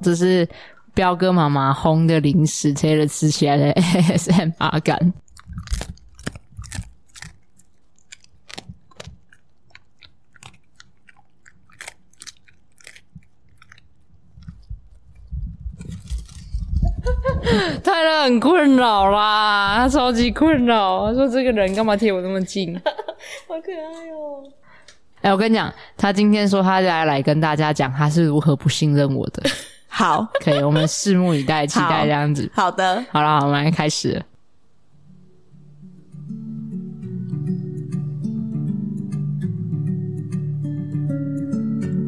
就是彪哥妈妈烘的零食，这些吃起来的 ASMR 感。 泰勒很困扰啦，他超级困扰。啊他说：“这个人干嘛贴我那么近？”好可爱哦、 哎、我跟你讲，他今天说他来来跟大家讲他是如何不信任我 的。好可以，我们拭目以待，期待这样子。好的，好了，我们来开始了。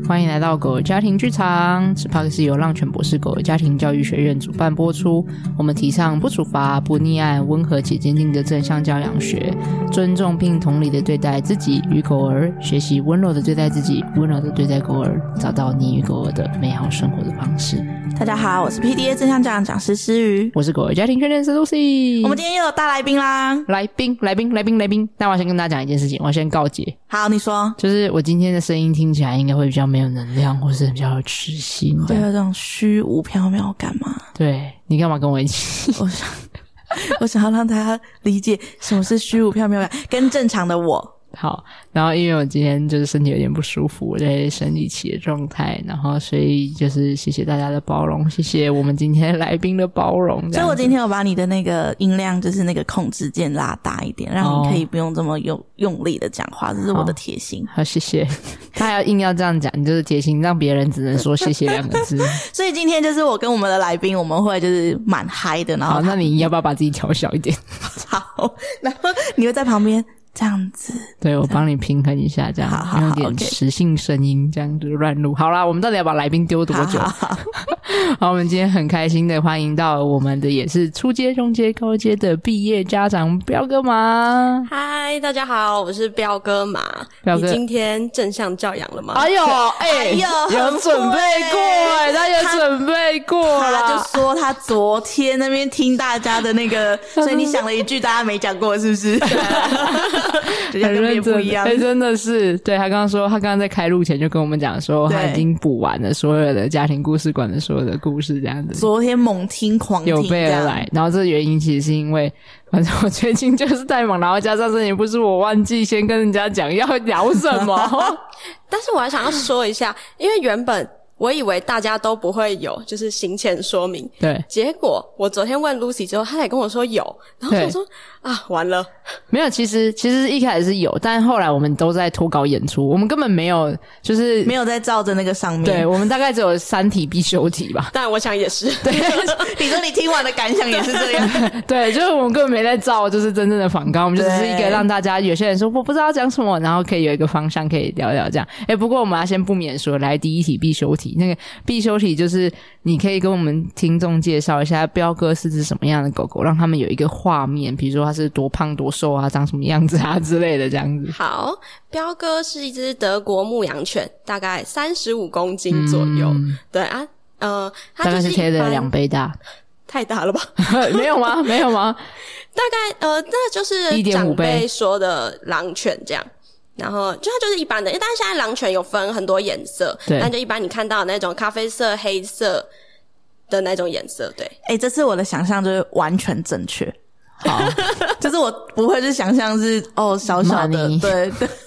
欢迎来到狗儿家庭剧场，此 p 是由浪犬博士狗儿家庭教育学院主办播出。我们提倡不处罚、不溺爱、温和且坚定的正向教养学，尊重并同理的对待自己与狗儿，学习温柔的对待自己，温柔的对待狗儿，找到你与狗儿的美好生活的方式。大家好，我是 PDA 正向教养讲师诗瑜。我是狗儿家庭训练师 Lucy。我们今天又有大来宾啦！来宾，来宾，来宾，来宾。但我先跟大家讲一件事情，我先告诫，好，你说就是我今天的声音听起来应该会比较没有能量，或是比较有痴心这会样。有这种虚无缥缈感吗？对你干嘛跟我一起？我想， 我想要让大家理解什么是虚无缥缈感，跟正常的我。好，然后因为我今天就是身体有点不舒服，我在生理期的状态，然后所以就是谢谢大家的包容，谢谢我们今天来宾的包容。这所以样我子今天有把你的那个音量，就是那个控制键拉大一点，让你可以不用这么用用力的讲话，这是我的贴心。好谢谢，他还要硬要这样讲，你就是贴心，让别人只能说谢谢两个字。所以今天就是我跟我们的来宾，我们会就是蛮嗨的，然好，后那你要不要把自己调小一点？ 好，然后你会在旁边这样子。对，我帮你平衡一下，这样好好好用点 OK 磁性声音，这样就乱录。好啦，我们到底要把来宾丢多久？好好好好我们今天很开心的欢迎到我们的也是初阶、中阶、高阶的毕业家长彪哥嘛。嗨，大家好，我是彪哥嘛。彪哥你今天正向教养了吗？哎呦，哎呦有很准备会过哎、他有准备过啊他啦就。说他昨天那边听大家的 那个，所以你想了一句大家没讲过，是不是？ 人家很跟别认人不真一，样哎、。真的是，对他刚刚说，他刚刚在开录前就跟我们讲说，对他已经补完了所有的家庭故事馆的所有的故事，这样子。昨天猛听狂听，有备而来。然后这个原因其实是因为，反正我最近就是太忙，然后加上这也不是我忘记先跟人家讲要聊什 么。但是我还想要说一下，因为原本我以为大家都不会有，就是行前说明。对，结果我昨天问 Lucy 之后，她才跟我说有，然后对我想说啊，完了，没有，其实其实一开始是有，但后来我们都在脱稿演出，我们根本没有，就是这样没有在照着那个上面。对，我们大概只有三题必修题吧。但我想 也是， 你说你听完的感想也是这样，对，就是我们根本没在照，就是真正的反纲，我们就只是对一个让大家有些人说我不知道要讲什么，然后可以有一个方向可以聊聊这样。哎、不过我们要先不免说，来第一题必修题，那个必修题就是你可以跟我们听众介绍一下彪哥是只什么样的狗狗，让他们有一个画面，比如说它是多胖多瘦啊，长什么样子啊之类的这样子。好，彪哥是一只德国牧羊犬，大概三十五公斤左右。对啊，呃，它嗯大概就是贴一的般两倍大， 太大了吧？没有吗？没有吗？大概呃，那就是1.5长倍辈说的狼犬这样。然后就它就是一般的，因为但是现在狼犬有分很多颜色，对但就一般你看到的那种咖啡色、黑色的那种颜色，对，哎、这次我的想象就是完全正确，好， 就是我不会去想象是哦小小的骂，你对对。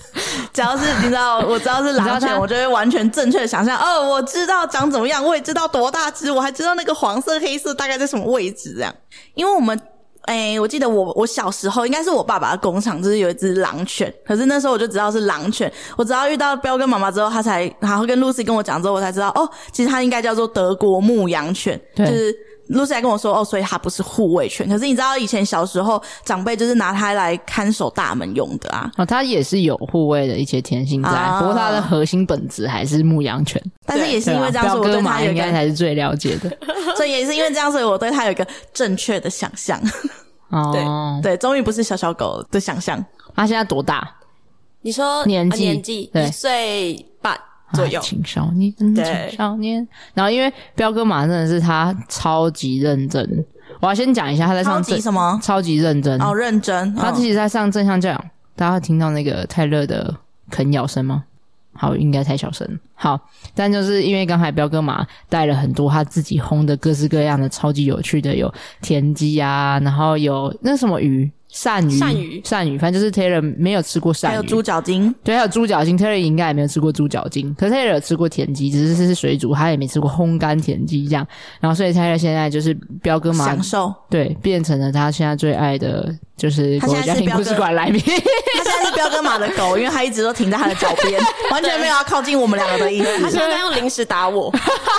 只要是你 知道，我知道是你狼知道犬，它我就会完全正确的想象。哦，我知道长怎么样，我也知道多大只，我还知道那个黄色、黑色大概在什么位置这样。因为我们，哎、我记得我我小时候应该是我爸爸的工厂，就是有一只狼犬，可是那时候我就知道是狼犬。我直到遇到彪哥妈妈之后，他才然后跟 Lucy 跟我讲之后，我才知道哦，其实它应该叫做德国牧羊犬，就对是 Lucy 还跟我说，哦，所以它不是护卫犬。可是你知道，以前小时候长辈就是拿它来看守大门用的啊。哦，它也是有护卫的一些天性在，啊不过它的核心本质还是牧羊犬。但是也是因为这样，对啊所以彪我对哥嘛它有应一该个，才是最了解 的。所以也是因为这样，所以我对它有一个正确的想象。哦，对，终于不是小小狗的想象。他现在多大？啊你说年纪啊年纪对一岁半左右啊，青少年，青少年。然后因为彪哥马真的是他超级认真，我要先讲一下他在超上级正什么？超级认真，哦，认真。他嗯自己在上正向教养。大家有听到那个泰勒的啃咬声吗？好，应该太小声。好，但就是因为刚才彪哥嘛带了很多他自己烘的各式各样的超级有趣的，有田鸡啊，然后有那什么鱼，鳝鱼，鳝鱼鳝鱼，反正就是 Taylor 没有吃过鳝鱼，哦还有猪脚筋，对，还有猪脚筋，Terry 应该也没有吃过猪脚筋，可是 Terry 有吃过田鸡，只是是水煮，他也没吃过烘干田鸡这样。然后所以 Terry 现在就是彪哥嘛享，受。对，变成了他现在最爱的就是他国现在家是庭彪故哥事馆来宾。他现在是彪哥马的狗，因为他一直都停在他的脚边，完全没有要靠近我们两个的意他思。现在用零食打我，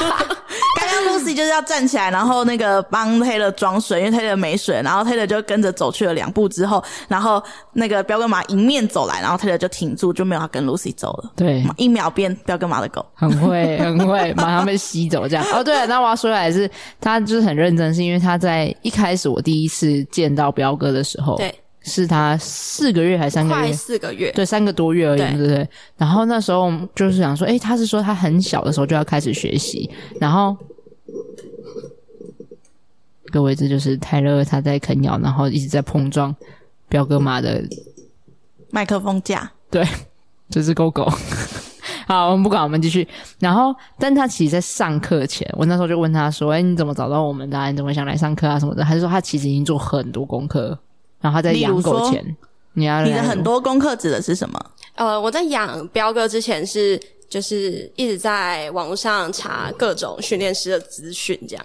刚刚 Lucy 就是要站起来，然后那个帮 Taylor 装水，因为 Taylor 没水，然后 Taylor 就跟着走去了两步之后，然后那个彪哥马迎面走来，然后 Taylor 就停住，就没有要跟 Lucy 走了。嗯对，一秒变彪哥马的狗，很会，很会，马上被吸走这样。哦，对了，那我要说来是，他就是很认真，是因为他在一开始我第一次见到彪哥的时候，，对，是他四个月还是三个快月，四个月，对，三个多月而已，对对不对？然后那时候我们就是想说，诶，他是说他很小的时候就要开始学习，然后。各位，这就是泰勒他在啃咬，然后一直在碰撞彪哥马的麦克风架。对，这只狗狗。 好，我们不管，我们继续。然后，但他其实，在上课前，我那时候就问他说：“哎、你怎么找到我们的、啊？你怎么想来上课啊？什么的？”他就说他其实已经做很多功课，然后他在例如养狗说前，你要你的来很多功课指的是什么？呃，我在养彪哥之前是就是一直在网络上查各种训练师的资讯，这样，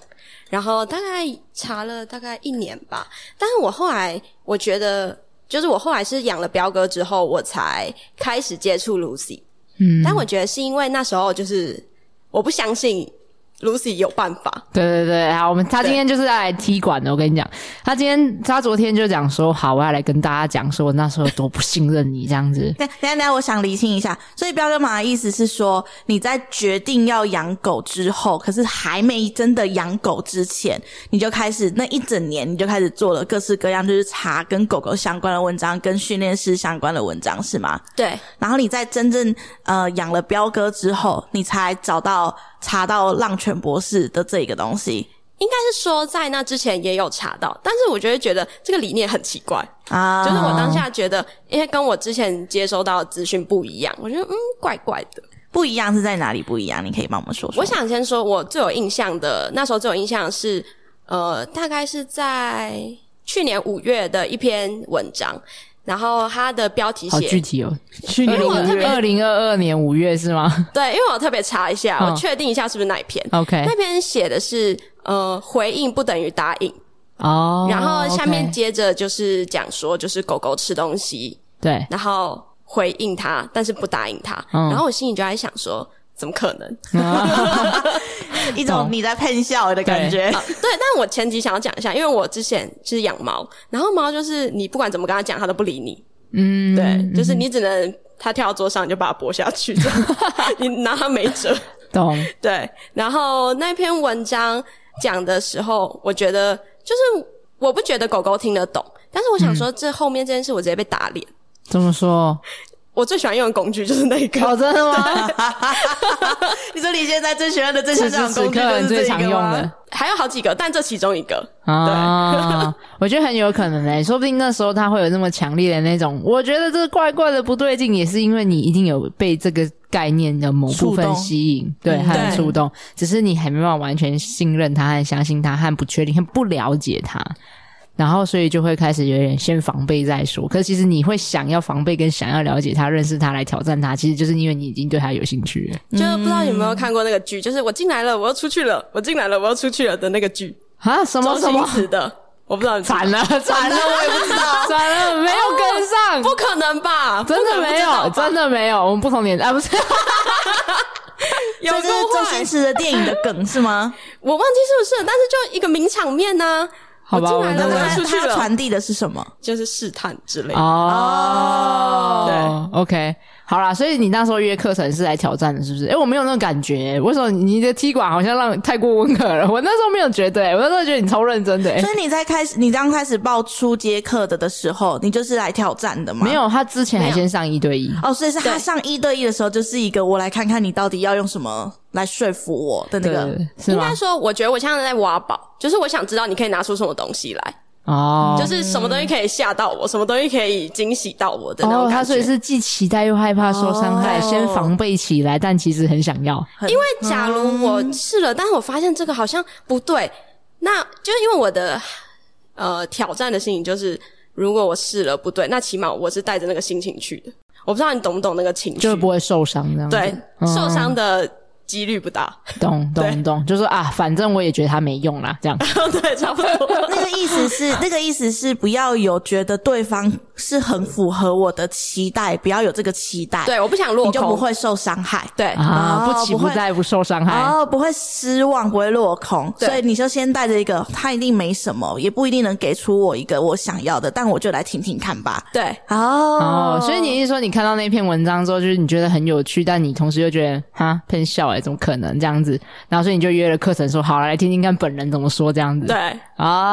然后大概查了大概一年吧。但是我后来我觉得，就是我后来是养了彪哥之后，我才开始接触 Lucy。嗯，但我觉得是因为那时候就是我不相信 Lucy 有办法，对对对，好，我们他今天就是要来踢馆的。我跟你讲，他今天他昨天就讲说，好，我要来跟大家讲，说我那时候有多不信任你这样子。等一下等一下等一下，我想厘清一下。所以彪哥马的意思是说，你在决定要养狗之后，可是还没真的养狗之前，你就开始那一整年，你就开始做了各式各样，就是查跟狗狗相关的文章，跟训练师相关的文章，是吗？对然后你在真正呃养了彪哥之后，你才找到查到浪犬博士的这一个东西应该是说在那之前也有查到，但是我就会觉得这个理念很奇怪，啊，就是我当哦下觉得，因为跟我之前接收到的资讯不一样，我觉得嗯怪怪的。不一样是在哪里不一样？你可以帮我们说说。我想先说，我最有印象的那时候最有印象的是，呃，大概是在去年五月的一篇文章，然后它的标题好写具体哦，去年因为我特别二零二二年五月是吗对，因为我特别查一下，嗯我确定一下是不是那一篇。 ？OK，那篇写的是呃，回应不等于答应，哦，然后下面 OK 接着就是讲说，就是狗狗吃东西，对， 然后回应它，但是不答应它。嗯然后我心里就在想说，怎么可能？ 一种懂你在骗笑的感觉。 对，但我前提想要讲一下，因为我之前就是养猫，然后猫就是你不管怎么跟它讲，它都不理你。嗯，对，就是你只能它跳到桌上你就把它拨下去，这 样你拿它没辙。懂，对，然后那篇文章讲的时候，我觉得就是我不觉得狗狗听得懂，但是我想说，嗯这后面这件事我直接被打脸。怎么说？我最喜欢用的工具就是那个，哦，真的吗？你说你现在最喜欢的正向此这时种此工具 刻就是你最这常个用吗的？还有好几个，但这其中一个。 啊，我觉得很有可能嘞、说不定那时候他会有那么强烈的那种，我觉得这怪怪的不对劲，也是因为你一定有被这个概念的某部触分动吸引，对，嗯和对触动，只是你还没办法完全信任他、和相信他、和不确定、和不了解他。然后，所以就会开始有点先防备再说。可是其实你会想要防备，跟想要了解他、认识他来挑战他，其实就是因为你已经对他有兴趣了。就是不知道有嗯没有看过那个剧，就是我进来了，我又出去了，我进来了，我又出去了的那个剧，啊？什么周什星么？驰的，我不知道你知道惨 了，惨了，我也不知道， 惨了，没有跟上，不可能吧？真的哦不可能没不知道有，吧真的没有，我们不同年代，啊不是， 有这就是够周坏星，驰的电影的梗是吗？我忘记是不是，但是就一个名场面呐、好吧我进来我真了，我的又他出去他了，传递的是什么？就是试探之类的。哦哦，对，OK，好啦，所以你那时候约课程是来挑战的，是不是？哎、我没有那种感觉、为什么你的踢馆好像让太过温和了？我那时候没有觉得、我那时候觉得你超认真哎的、哎诶所以你在开始，你刚开始报初阶课的的时候，你就是来挑战的吗？没有，他之前还先上一对一。哦，所以是他对上一对一的时候，就是一个我来看看你到底要用什么来说服我的那对个。，是应吗该？说，我觉得我像在挖宝，就是我想知道你可以拿出什么东西来。哦，就是什么东西可以吓到我，什么东西可以惊喜到我的那种哦，他感觉。所以是既期待又害怕受伤害，哦先防备起来，但其实很嗯想要。因为假如我试了，但是我发现这个好像不对，那就是因为我的呃挑战的心情就是，如果我试了不对，那起码我是带着那个心情去的。我不知道你懂不懂那个情绪，就是不会受伤这样子。对、嗯受伤的几率不大， 懂对懂懂，就说啊，反正我也觉得他没用啦，这样。对，差不多。 那个意思是，那个意思是不要有觉得对方是很符合我的期待，不要有这个期待，，对，我不想落你空，就不会受伤害。对、啊，哦不期不不会待，不受伤害。哦，不会失望，不会落空，对所以你就先带着一个，他一定没什么，也不一定能给出我一个我想要的，但我就来听听看吧。对，哦哦，所以你是说你看到那篇文章之后，就是你觉得很有趣，但你同时又觉得哈喷笑哎、怎么可能这样子？然后所以你就约了课程说，好来听听看本人怎么说这样子。对，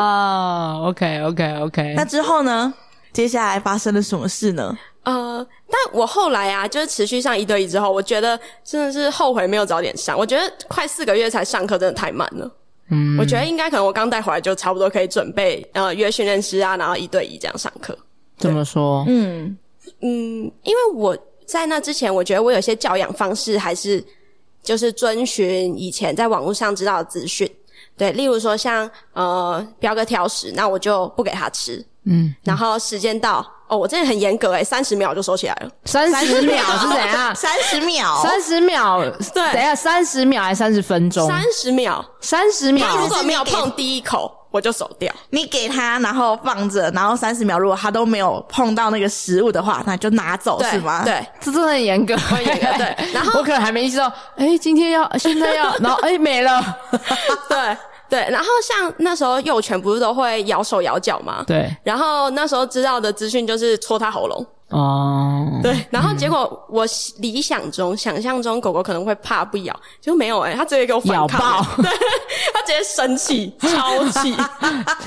哦 o k OK OK，那之后呢？接下来发生了什么事呢？呃，但我后来啊，就是持续上一对一之后，我觉得真的是后悔没有早点上。我觉得快四个月才上课，真的太慢了。嗯，我觉得应该可能我刚带回来就差不多可以准备呃约训练师啊，然后一对一这样上课。怎么说？嗯，嗯，因为我在那之前，我觉得我有些教养方式还是就是遵循以前在网络上知道的资讯。对，例如说像呃彪哥挑食，那我就不给他吃，嗯，然后时间到哦，我真的很严格诶三十秒就收起来了。三十秒是怎样？ 三十秒，三十秒，对等一下，三十秒还是三十分钟？三十秒，三十秒，他如果没有碰第一口，我就手掉。你给他，然后放着，然后三十秒，如果他都没有碰到那个食物的话，那就拿走，对哦是吗？，对，这真的很严格， 很严格 对然后我可能还没意识到，哎，今天要，现在要，然后哎没了，对对，然后像那时候幼犬不是都会咬手咬脚吗？。对，然后那时候知道的资讯就是戳它喉咙，哦，对。然后结果我理想中、想象中狗狗可能会怕不咬，就没有哎、欸，它直接给我咬反爆抗、欸，对，它直接生气、超 气，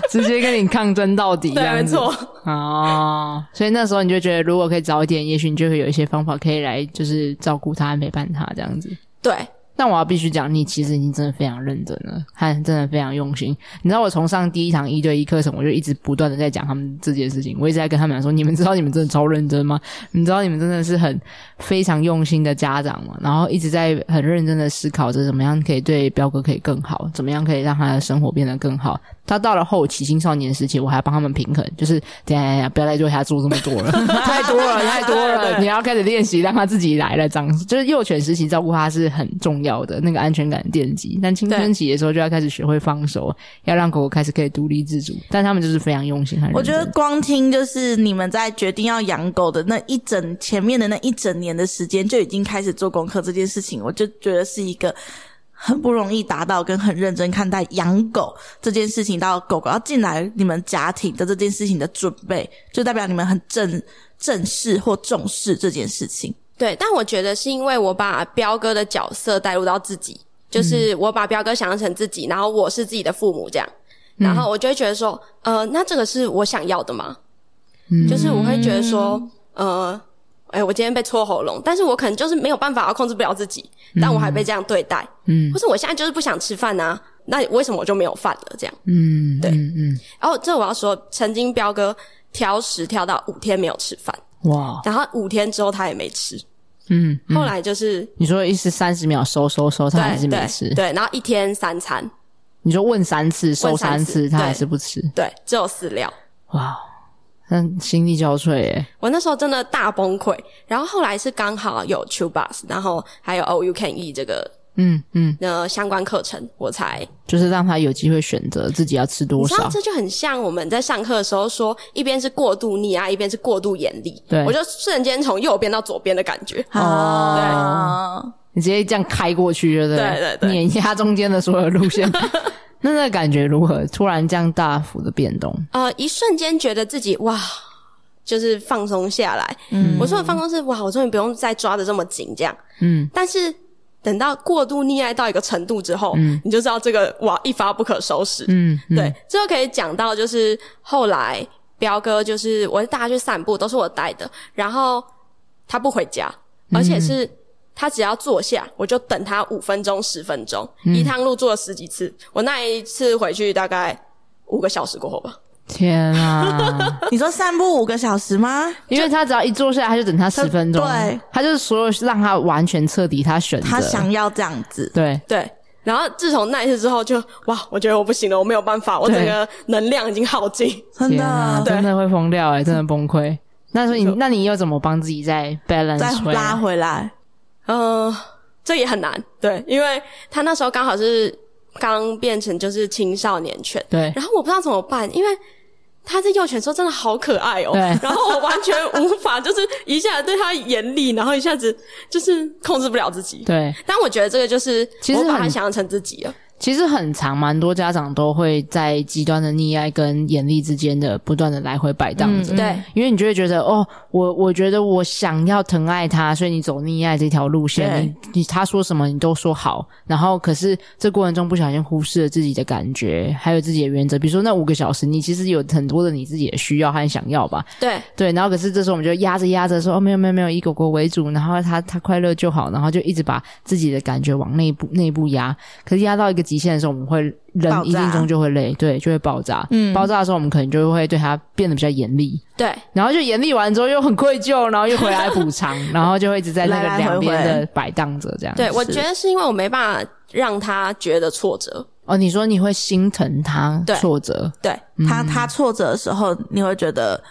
直接跟你抗争到底，对，这没样子错，哦，所以那时候你就觉得，如果可以早一点，也许你就会有一些方法可以来，就是照顾他、陪伴他这样子。对，但我要必须讲，你其实已经真的非常认真了，和真的非常用心。你知道，我从上第一堂一对一课程，我就一直不断的在讲他们这件事情，我一直在跟他们讲说，你们知道你们真的超认真吗？你知道你们真的是很非常用心的家长嘛，然后一直在很认真的思考着怎么样可以对彪哥可以更好，怎么样可以让他的生活变得更好。他到了后期青少年时期，我还帮他们平衡，就是等一下等一下不要再对他做这么多了，太多了太多了，你要开始练习让他自己来了，长就是幼犬时期照顾他是很重要的那个安全感的奠基，但青春期的时候就要开始学会放手，要让狗狗开始可以独立自主，但他们就是非常用心，很认我觉得真光听就是你们在决定要养狗的那一整前面的那一整年的时间就已经开始做功课这件事情，我就觉得是一个很不容易达到跟很认真看待养狗这件事情，到狗狗要进来你们家庭的这件事情的准备，就代表你们很正正视或重视这件事情。对，但我觉得是因为我把彪哥的角色带入到自己，嗯就是我把彪哥想象成自己，然后我是自己的父母这样，然后我就会觉得说，呃，那这个是我想要的吗？嗯就是我会觉得说，呃，哎、我今天被戳喉咙，但是我可能就是没有办法控制不了自己，但我还被这样对待，嗯或是我现在就是不想吃饭啊，那为什么我就没有饭了？这样，嗯对嗯嗯哦，这我要说，曾经彪哥挑食挑到五天没有吃饭，哇然后五天之后他也没吃，嗯嗯后来就是。你说一次三十秒收收收，他还是没吃。对，然后一天三餐，你说问三次收三问三次，次他还是不吃。对，只有饲料。哇，那心力交瘁欸耶！我那时候真的大崩溃，然后后来是刚好有 Q Bus，然后还有 O U Can E 这个嗯嗯，呃相关课程，我才就是让他有机会选择自己要吃你多知道少。这就很像我们在上课的时候说，一边是过度溺爱，一边是过度严厉。对我就瞬间从右边到左边的感觉。哦，你直接这样开过去，对不对对对碾压中间的所有路 线。那那感觉如何？突然这样大幅的变动，呃，一瞬间觉得自己哇，就是放松下来。嗯，我说的放松是哇，我终于不用再抓的这么紧，这样。嗯，但是等到过度溺爱到一个程度之后，你就知道这个哇一发不可收拾。嗯，嗯对，最后可以讲到就是后来彪哥就是我带他去散步，都是我带的，然后他不回家，嗯而且是。他只要坐下，我就等他五分钟、十分嗯钟，一趟路坐了十几次。我那一次回去大概五个小时过后吧，天 啊！你说散步五个小时吗？因为他只要一坐下来，他就等他十分钟，对，他就是所有让他完全彻底他选择，他想要这样子，对，对。然后自从那一次之后就，哇，我觉得我不行了，我没有办法，我对整个能量已经耗尽。真天啊，的对真的会疯掉哎、 真的崩溃。那所以你没错那你又怎么帮自己再 balance 再回来拉回来。嗯，这也很难，对，因为他那时候刚好是刚变成就是青少年犬，对然后我不知道怎么办，因为他在幼犬的时候真的好可爱哦、对然后我完全无法，就是一下子对他严厉，然后一下子就是控制不了自己。对，但我觉得这个就是其实我把很他想象成自己了，其实很长，蛮多家长都会在极端的溺爱跟严厉之间的不断的来回摆荡着。嗯对因为你就会觉得哦，我我觉得我想要疼爱他，所以你走溺爱这条路线，你你他说什么你都说好，然后可是这过程中不小心忽视了自己的感觉，还有自己的原则，比如说那五个小时，你其实有很多的你自己的需要和想要吧，对对，然后可是这时候我们就压着压着说哦，没有没有没有，以狗狗为主，然后它它快乐就好，然后就一直把自己的感觉往内部内部压，可是压到一个极限的时候，我们会人爆炸一定中就会累，对，就会爆炸，嗯，爆炸的时候我们可能就会对它变得比较严厉，对然后就严厉完之后又很愧疚，然后又回来补 偿，然后就会一直在那个来来回两边回的摆荡着这样。对，我是觉得是因为我没办法让他觉得挫折，哦，你说你会心疼他对挫折，对他他挫折的时候，你会觉得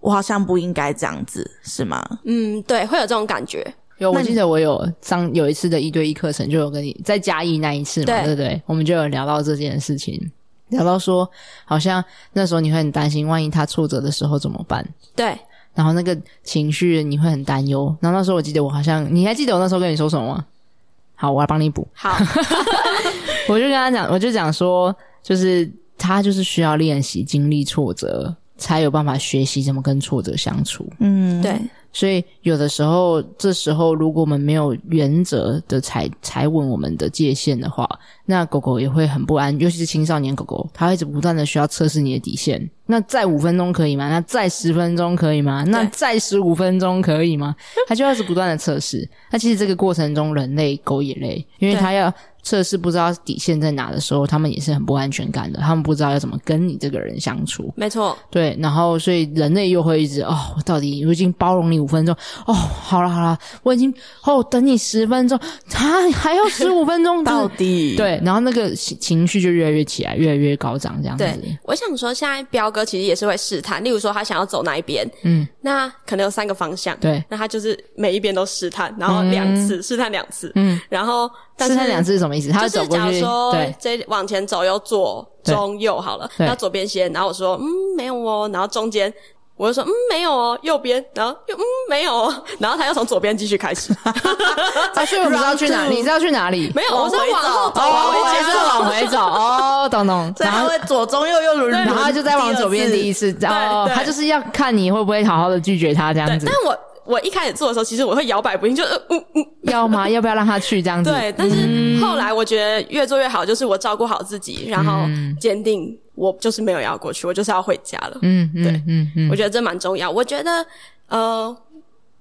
我好像不应该这样子，是吗？嗯，对，会有这种感觉，有，我那你记得我有上有一次的一对一课程，就有跟你在嘉义那一次嘛，对对不对？我们就有聊到这件事情，聊到说好像那时候你会很担心，万一他挫折的时候怎么办？对，然后那个情绪你会很担忧。然后那时候我记得我好像，你还记得我那时候跟你说什么吗？好，我来帮你补。 好，我就跟他讲，我就讲说，就是他就是需要练习经历挫折，才有办法学习怎么跟挫折相处。嗯，对，所以有的时候，这时候如果我们没有原则的踩踩稳我们的界限的话，那狗狗也会很不安，尤其是青少年狗狗，它会一直不断的需要测试你的底线。那再五分钟可以吗？那再十分钟可以吗？那再十五分钟可以吗？它就要是不断的测试。那其实这个过程中，人类狗也累，因为对它要测试不知道底线在哪的时候，它们也是很不安全感的，它们不知道要怎么跟你这个人相处。没错，对，然后所以人类又会一直哦，我到底我已经包容你五分钟哦，好了好了，我已经哦等你十分钟，啊还要十五分钟，就是到底对，然后那个情情绪就越来越起来，越来越高涨这样子。对，我想说，现在彪哥其实也是会试探，例如说他想要走哪一边，嗯，那可能有三个方向，对那他就是每一边都试探，然后两次、试探两次，嗯，然后但试是探两次是什么意思？他就会是走过假如去，说 对这往前走有左对中右好了，对那左边先，然后我说嗯没有哦，然后中间。我就说嗯没有哦，右边，然后又嗯没有哦，然后他又从左边继续开始， 啊，所以我不知道去哪， Round two 你知道去哪里？没有，我是往回往走后走，哦，往回我家也是往回走哦，懂懂。所以然他后会左中右右轮，然后就再往左边第一次，次，哦，对他就是要看你会不会好好的拒绝他这样子但，我我一开始做的时候，其实我会摇摆不定，就呃嗯嗯要吗？要不要让他去这样子？对，但嗯是后来我觉得越做越好，就是我照顾好自己，然后坚定我就是没有要过去，我就是要回家了。嗯，嗯对嗯嗯，我觉得这蛮重要。我觉得呃，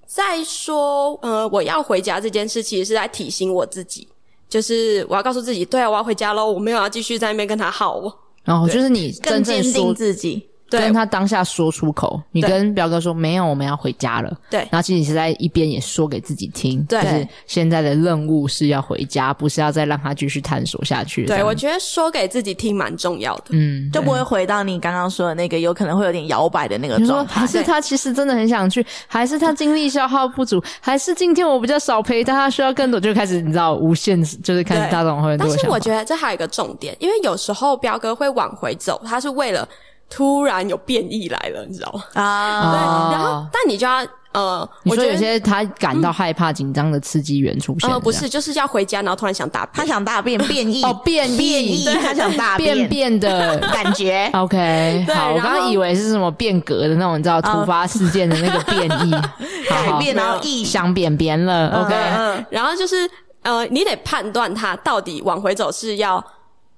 在说呃我要回家这件事，其实是在提醒我自己。就是我要告诉自己，对啊，我要回家喽，我没有要继续在那边跟他耗哦。然后就是你更真坚正说定自己。对跟他当下说出口，你对跟彪哥说没有，我们要回家了。对然后其实你是在一边也说给自己听，对就是现在的任务是要回家，不是要再让他继续探索下去。这对，样我觉得说给自己听蛮重要的。嗯，就对不会回到你刚刚说的那个有可能会有点摇摆的那个你说状还态。是他其实真的很想去，还是他精力消耗不足，还是今天我比较少陪他，他需要更多，就开始你知道无限，就是看对大众会有很但多的是想法我觉得这还有一个重点，因为有时候彪哥会往回走，他是为了突然有变异来了，你知道吗？啊，哦对，然后但你就要呃，你我说觉有得些他感到害怕、紧张的刺激源出现，呃不这样是，就是要回家，然后突然想大他便。想大便变异哦变异变异，对他想大便便 的感觉 OK，对好，我然刚刚后以为是什么变革的那种，你知道突发事件的那个变异，好 改好变，然后没异想扁扁了，OK，嗯然后就是呃，你得判断他到底往回走是要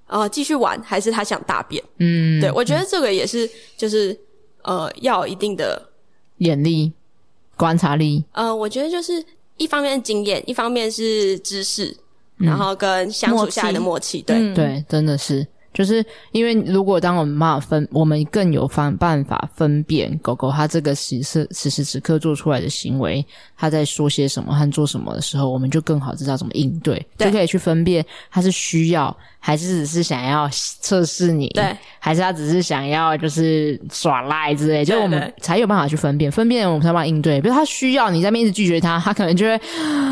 呃继续玩，还是他想大便。嗯，对，我觉得这个也是就是呃要有一定的眼力、观察力，呃，我觉得就是一方面经验，一嗯方面是知识，然后跟相处下来的默契。对，对，真的是。就是因为如果当我们办法分，我们更有方办法分辨狗狗它这个时此此时此刻做出来的行为，它在说些什么和做什么的时候，我们就更好知道怎么应对，对就可以去分辨它是需要还是只是想要测试你，对，还是它只是想要就是耍赖之类，就对我们对才有办法去分辨，分辨我们才有办法应对。比如它需要你在那边一直拒绝它，它可能就会，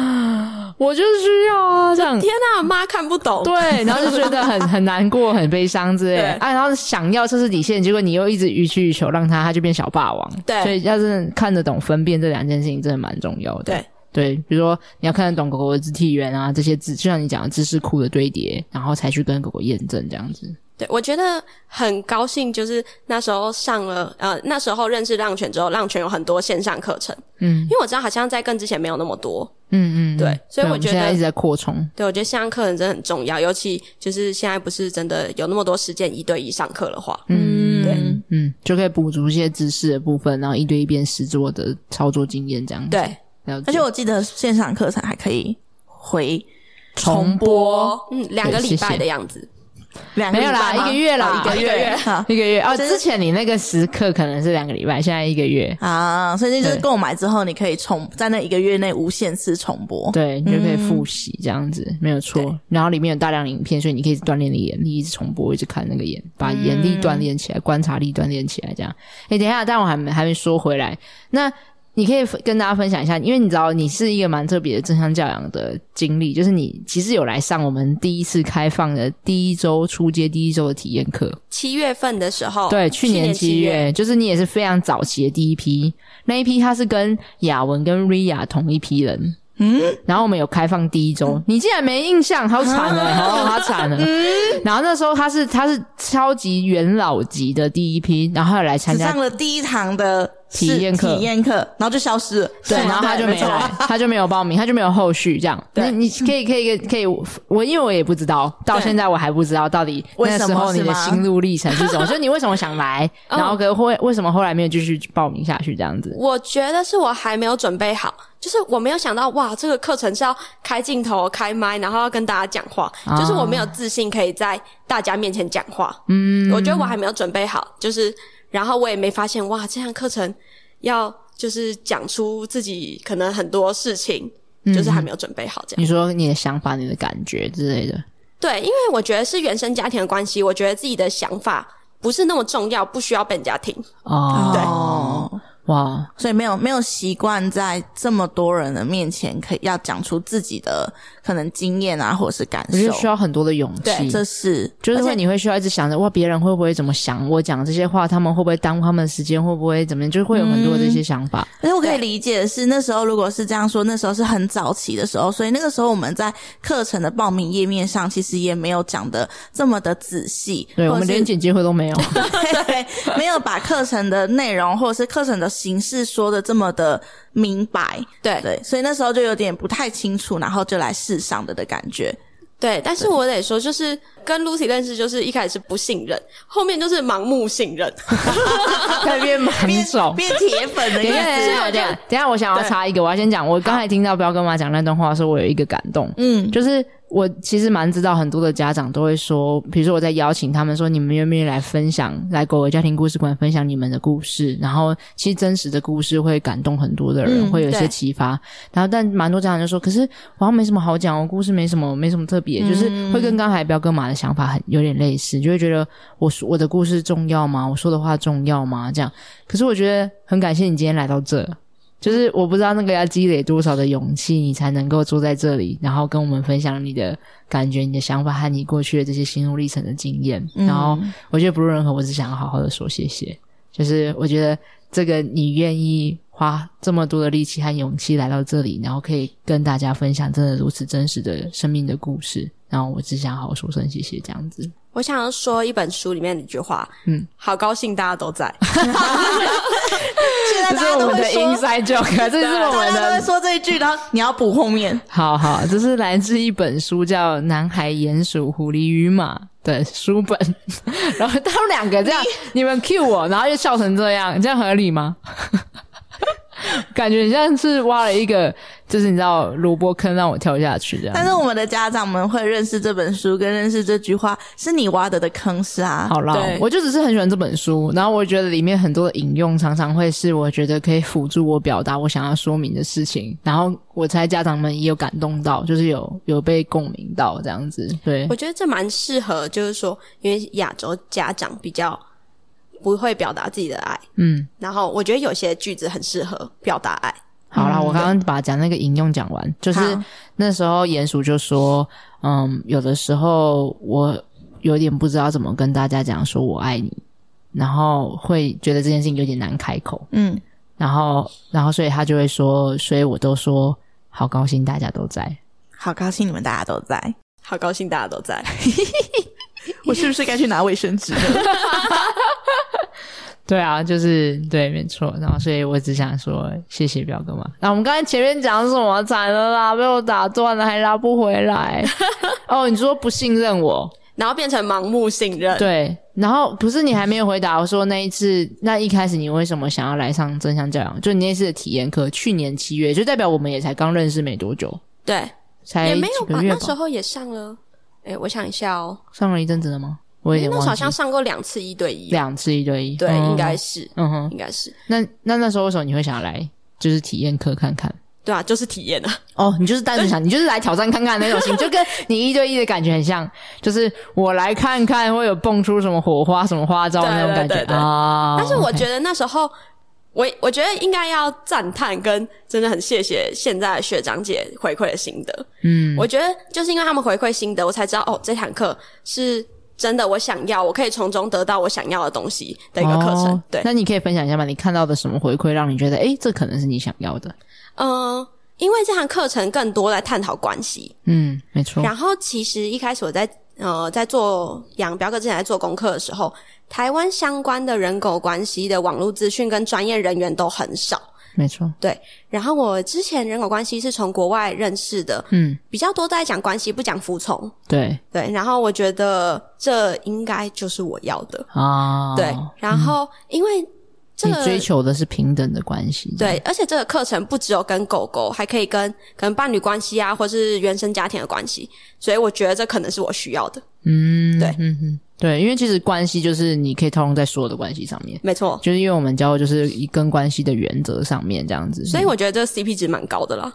我就需要啊这样。天哪、妈看不懂。对，然后就觉得很很难过、很悲伤之类的对啊。然后想要测试底线，结果你又一直予取予求，让他他就变小霸王。对所以要是看得懂分辨这两件事情，真的蛮重要的。对对，比如说你要看得懂狗狗的肢体语言啊，这些字，就像你讲的知识库的堆叠，然后才去跟狗狗验证这样子。对，我觉得很高兴，就是那时候上了呃，那时候认识浪犬之后，浪犬有很多线上课程，嗯因为我知道好像在更之前没有那么多。嗯嗯，对所以我们觉现在得一直在扩充。对，我觉得线上课程真的很重要，尤其就是现在不是真的有那么多时间一对一上课的话，嗯，对嗯嗯，就可以补足一些知识的部分，然后一对一变实做的操作经验这样子。对，了解，而且我记得线上课程还可以回重播嗯，两个对礼谢谢拜的样子，两个没有礼啦，拜吗啊一个月啦，哦一个月好 一个月哦，真是之前你那个时刻可能是两个礼拜，现在一个月，啊，所以就是对购买之后，你可以重在那一个月内无限次重播。对你就可以复习这样子，没有错。然后里面有大量影片，所以你可以锻炼你的眼力，一直重播，一直看那个眼，把眼力锻炼起来，观察力锻炼起来，这样。哎，等一下，但我还没还没说回来，那。你可以分跟大家分享一下，因为你知道你是一个蛮特别的正向教养的经历，就是你其实有来上我们第一次开放的第一周初阶第一周的体验课，七月份的时候，对，哦去年七七月，就是你也是非常早期的第一批，那一批他是跟雅文跟瑞亚同一批人。嗯，然后我们有开放第一周，你竟然没印象，好惨 哦，哦好惨哦。然后那时候他是他是超级元老级的第一批，然后他有来参只加上，了第一堂的体试验课体验课，然后就消失了。对，然后他就没错来，他就没有报名，他就没有后续这样。对你你可以可以可以，我因为我也不知道，到对现在我还不知道到底为那什时么候是你的吗嗯心路历程是什么，就是你为什么想 来，然后跟后为什么后来没有继续报名下去这样子。我觉得是我还没有准备好，就是我没有想到哇，这个课程是要开镜头、开麦，然后要跟大家讲话，啊就是我没有自信可以在大家面前讲话。嗯，我觉得我还没有准备好，就是然后我也没发现哇，这样课程要就是讲出自己可能很多事情，就是还没有准备好这样。你说你的想法、你的感觉之类的，对，因为我觉得是原生家庭的关系，我觉得自己的想法不是那么重要，不需要被人家听。哦，嗯哦，对，哇，所以没有没有习惯在这么多人的面前，可以要讲出自己的可能经验啊，或者是感我觉得需受。要很多的勇对，气，这是就是而且会你会需要一直想着哇，别人会不会怎么想？我讲这些话，他们会不会耽误他们的时间？会不会怎么样？就是会有很多这嗯些想法。而且我可以对理解的是，那时候如果是这样说，那时候是很早期的时候，所以那个时候我们在课程的报名页面上，其实也没有讲的这么的仔细，对我或者们是连简介会都没 有， 对，没有把课程的内容或者是课程的形式说的这么的明白，对对，所以那时候就有点不太清楚，然后就来试上的的感觉，对，但是我得说，就是跟 Lucy 认识，就是一开始不信任，后面就是盲目信任。特别蛮种。变铁粉 的等一下，样等一子。下，等一下等一下，我想要插一个，我要先讲。我刚才听到彪哥妈讲那段话的时候，我有一个感动，嗯，就是我其实蛮知道很多的家长都会说，比如说我在邀请他们说，你们愿不愿意来分享，来狗狗家庭故事馆分享你们的故事？然后其实真实的故事会感动很多的人，嗯会有一些对启发。然后但蛮多家长就说，可是我好像没什么好讲，我故事没什么没什么特别，就是会跟刚才彪哥马的想法很有点类似，就会觉得我说我的故事重要吗？我说的话重要吗？这样。可是我觉得很感谢你今天来到这。就是我不知道那个要积累多少的勇气，你才能够坐在这里，然后跟我们分享你的感觉、你的想法和你过去的这些心路历程的经验。然后我觉得不论如何，我只想要好好的说谢谢。就是我觉得这个你愿意花这么多的力气和勇气来到这里，然后可以跟大家分享真的如此真实的生命的故事。然后我只想好好说声谢谢，这样子。 我想要说一本书里面的一句话，嗯嗯，好高兴大家都 在，现在这大是家我都们的会说，啊 inside joke，这啊是我大们家都的会说这一句，然后你要补后面，好好，这是来自一本书叫《男孩、鼹鼠、狐狸与马》的书本，然后他 们两个这样，你们 cue 我，然后又笑成这样，这样合理吗？ 感觉你像是挖了一个，就是你知道萝卜坑让我跳下去这样。但是我们的家长们会认识这本书，跟认识这句话，是你挖的的坑是啊。好啦对，我就只是很喜欢这本书，然后我觉得里面很多的引用常常会是我觉得可以辅助我表达我想要说明的事情，然后我猜家长们也有感动到，就是有有被共鸣到这样子。对我，觉得这蛮适合，就是说，因为亚洲家长比较不会表达自己的爱，嗯，然后我觉得有些句子很适合表达爱。好啦，我刚刚把讲那个引用讲完，就是好那时候鼹鼠就说，嗯，有的时候我有点不知道怎么跟大家讲说我爱你，然后会觉得这件事情有点难开口，嗯，然后然后所以他就会说，所以我都说好高兴大家都在，好高兴你们大家都在，好高兴大家都 在，我是不是该去拿卫生纸呢？对啊，就是对，没错。然后所以我只想说谢谢表哥嘛。那我们刚才前面讲什么惨了啦，被我打断了还拉不回 来。哦，你说不信任我，然后变成盲目信任。对，然后不是你还没有回答我说那一次，那一开始你为什么想要来上真相教养？就你那次的体验课，去年七月，就代表我们也才刚认识没多久，对，才也没几有个吧？月那吧时候也上了，哎，我想一下哦，上了一阵子了吗？我有那时点候忘好记像，上过两哦次一对一，两次一对一，对，嗯应该是，嗯哼。应该是，那那那时候为什么你会想要来就是体验课看看？对啊，就是体验啊，哦，你就是单纯想，你就是来挑战看看那种心，就跟你一对一的感觉很 像，就是我来看看会有蹦出什么火花、什么花招那种对对感觉对对啊。但是我 OK 觉得那时候，我我觉得应该要赞叹跟真的很谢谢现在的学长姐回馈的心得。嗯，我觉得就是因为他们回馈心得，我才知道哦，这堂课是真的我想要，我可以从中得到我想要的东西的一个课程。哦对，那你可以分享一下吗？你看到的什么回馈让你觉得，诶，这可能是你想要的？嗯、因为这堂课程更多来探讨关系，嗯，没错。然后其实一开始我在呃在做养表哥之前在做功课的时候，台湾相关的人狗关系的网络资讯跟专业人员都很少。没错。然后我之前人狗关系是从国外认识的，嗯，比较多在讲关系，不讲服从。对对，然后我觉得这应该就是我要的。啊，对，然后因为这你个追求的是平等的关系。对，而且这个课程不只有跟狗狗，还可以跟可能伴侣关系啊，或是原生家庭的关系，所以我觉得这可能是我需要的。嗯，对嗯嗯，对，因为其实关系就是你可以套用在所有的关系上面，没错，就是因为我们教的就是一跟关系的原则上面这样子。所以我觉得这个 CP 值蛮高的啦，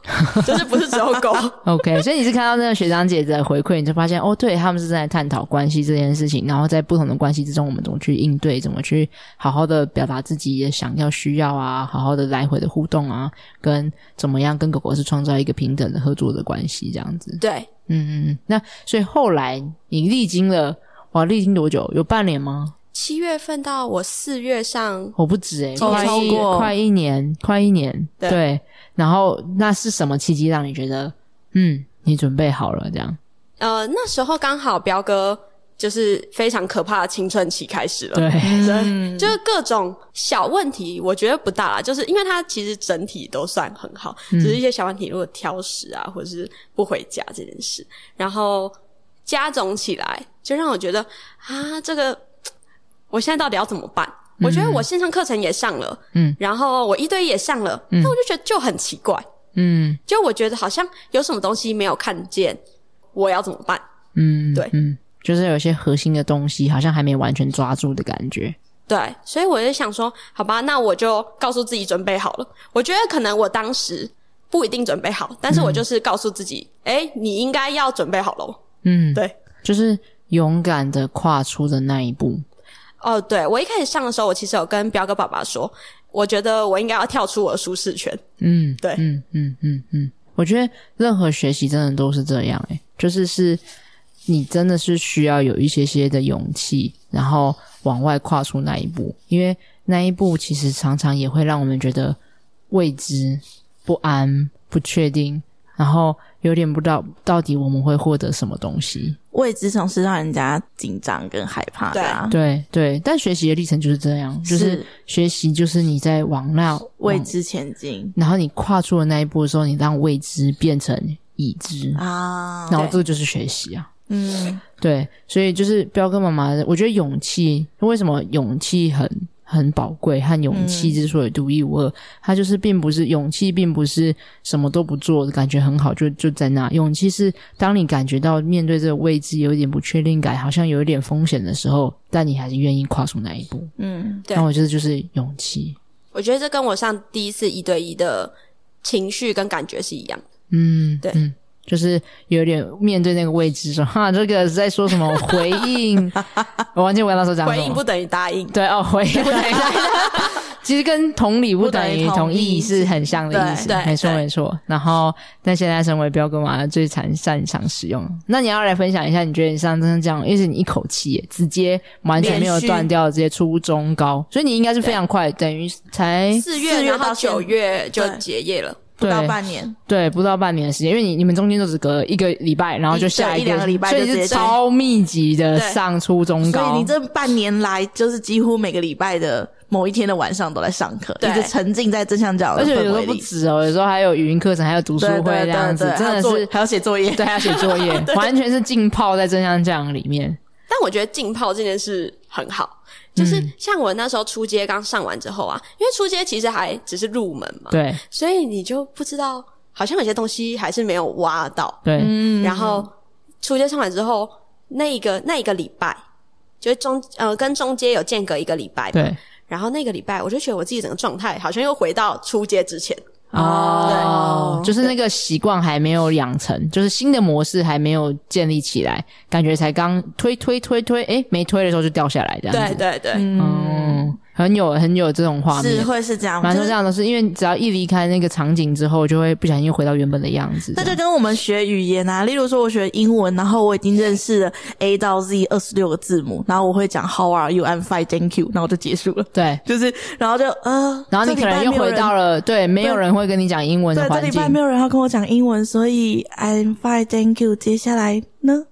就是不是只有 狗， OK，所以你是看到那个学长姐的回馈，你就发现哦，对他们是在探讨关系这件事情，然后在不同的关系之中，我们怎么去应对，怎么去好好的表达自己的想要、需要啊，好好的来回的互动啊，跟怎么样跟狗狗是创造一个平等的合作的关系，这样子。对，嗯嗯嗯。那所以后来你历经了哇，历经多久？有半年吗？七月份到我四月上，我不止诶、哦快超一过快一年，快一年。对对。然后那是什么契机让你觉得嗯，你准备好了这样？呃，那时候刚好彪哥就是非常可怕的青春期开始了。对。对，就是各种小问题，我觉得不大啦，就是因为它其实整体都算很好，只是一些小问题，如果挑食啊，或者是不回家这件事，然后加总起来，就让我觉得啊，这个我现在到底要怎么办？我觉得我线上课程也上了，嗯，然后我一对一也上了，那、我就觉得就很奇怪，嗯就我觉得好像有什么东西没有看见，我要怎么办？嗯，对嗯，就是有一些核心的东西好像还没完全抓住的感觉。对，所以我就想说，好吧，那我就告诉自己准备好了。我觉得可能我当时不一定准备好，但是我就是告诉自己，哎、你应该要准备好了哦。嗯，对，就是勇敢的跨出的那一步。哦，对我一开始上的时候，我其实有跟彪哥爸爸说，我觉得我应该要跳出我的舒适圈。嗯，对嗯嗯嗯嗯，我觉得任何学习真的都是这样、欸，就是是你真的是需要有一些些的勇气，然后往外跨出那一步，因为那一步其实常常也会让我们觉得未知、不安、不确定，然后有点不知道到底我们会获得什么东西。 未知总是让人家紧张跟害怕的、啊，对对，但学习的历程就是这样，就是是学习就是你在往那未往，知前进然后你跨出了那一步的时候，你让未知变成已知，啊。然后这个就是学习啊。嗯，对，所以就是彪哥妈妈，我觉得勇气为什么勇气很很宝贵，和勇气之所以独一无二，它就是并不是勇气，并不是什么都不做，感觉很好就就在那。勇气是当你感觉到面对这个未知有一点不确定感，好像有一点风险的时候，但你还是愿意跨出那一步。嗯，对那我觉得就是勇气。我觉得这跟我上第一次一对一的情绪跟感觉是一样的。嗯，对嗯，就是有点面对那个未知说哈，这个是在说什么回 应，我完全不知道说讲什回么。应不等于答应，对哦，回 应不等于其实跟同理不等于同意是很像的意思，对对没错对没错。然后，但现在成为彪哥嘛，最常擅长使用。那你要来分享一下，你觉得你上次这样，因为是你一口气耶直接完全没有连续断掉，直接初中高，所以你应该是非常快，等于才四四月月然到后现九月就对结业了。不到对半年，对，不到半年的时间，因为你你们中间就只隔一个礼拜，然后就一下对一一两个礼拜所以就直是接超密集的对上初中所高。以你这半年来就是几乎每个礼拜的某一天的晚上都在上课，对一直沉浸在正向教而育且的有时氛候围不里。止哦，有时候还有语音课程，还有读书对会对这样对子对，，真还的要做是还要写作业，对，还要写作业， 完全是浸泡在正向教养里面。嗯但我觉得浸泡这件事很好，就是嗯像我那时候初阶刚上完之后啊，因为初阶其实还只是入门嘛，对所以你就不知道，好像有些东西还是没有挖到。对，嗯然后初阶上完之后，那一个那一个礼拜，就是中呃跟中阶有间隔一个礼拜，对然后那个礼拜我就觉得我自己整个状态好像又回到初阶之前，哦，对就是那个习惯还没有养成，就是新的模式还没有建立起来，感觉才刚推推推推，诶，没推的时候就掉下来这样对子。对对，嗯，很有很有这种画面是。会是这样，蛮哦就多是这样的是，因为只要一离开那个场景之后，就会不小心又回到原本的样子。那就跟我们学语言啊，例如说我学英文，然后我已经认识了 A 到 Z 二十六个字母，然后我会讲 How are you? I'm fine, thank you，那我就结束了。对，就是，然后就呃，然后你这可礼拜能又没有回人到了对没有对人会跟你讲英文的对，这环礼境拜，没有人要跟我讲英文，所以 I'm fine, thank you。接下来呢？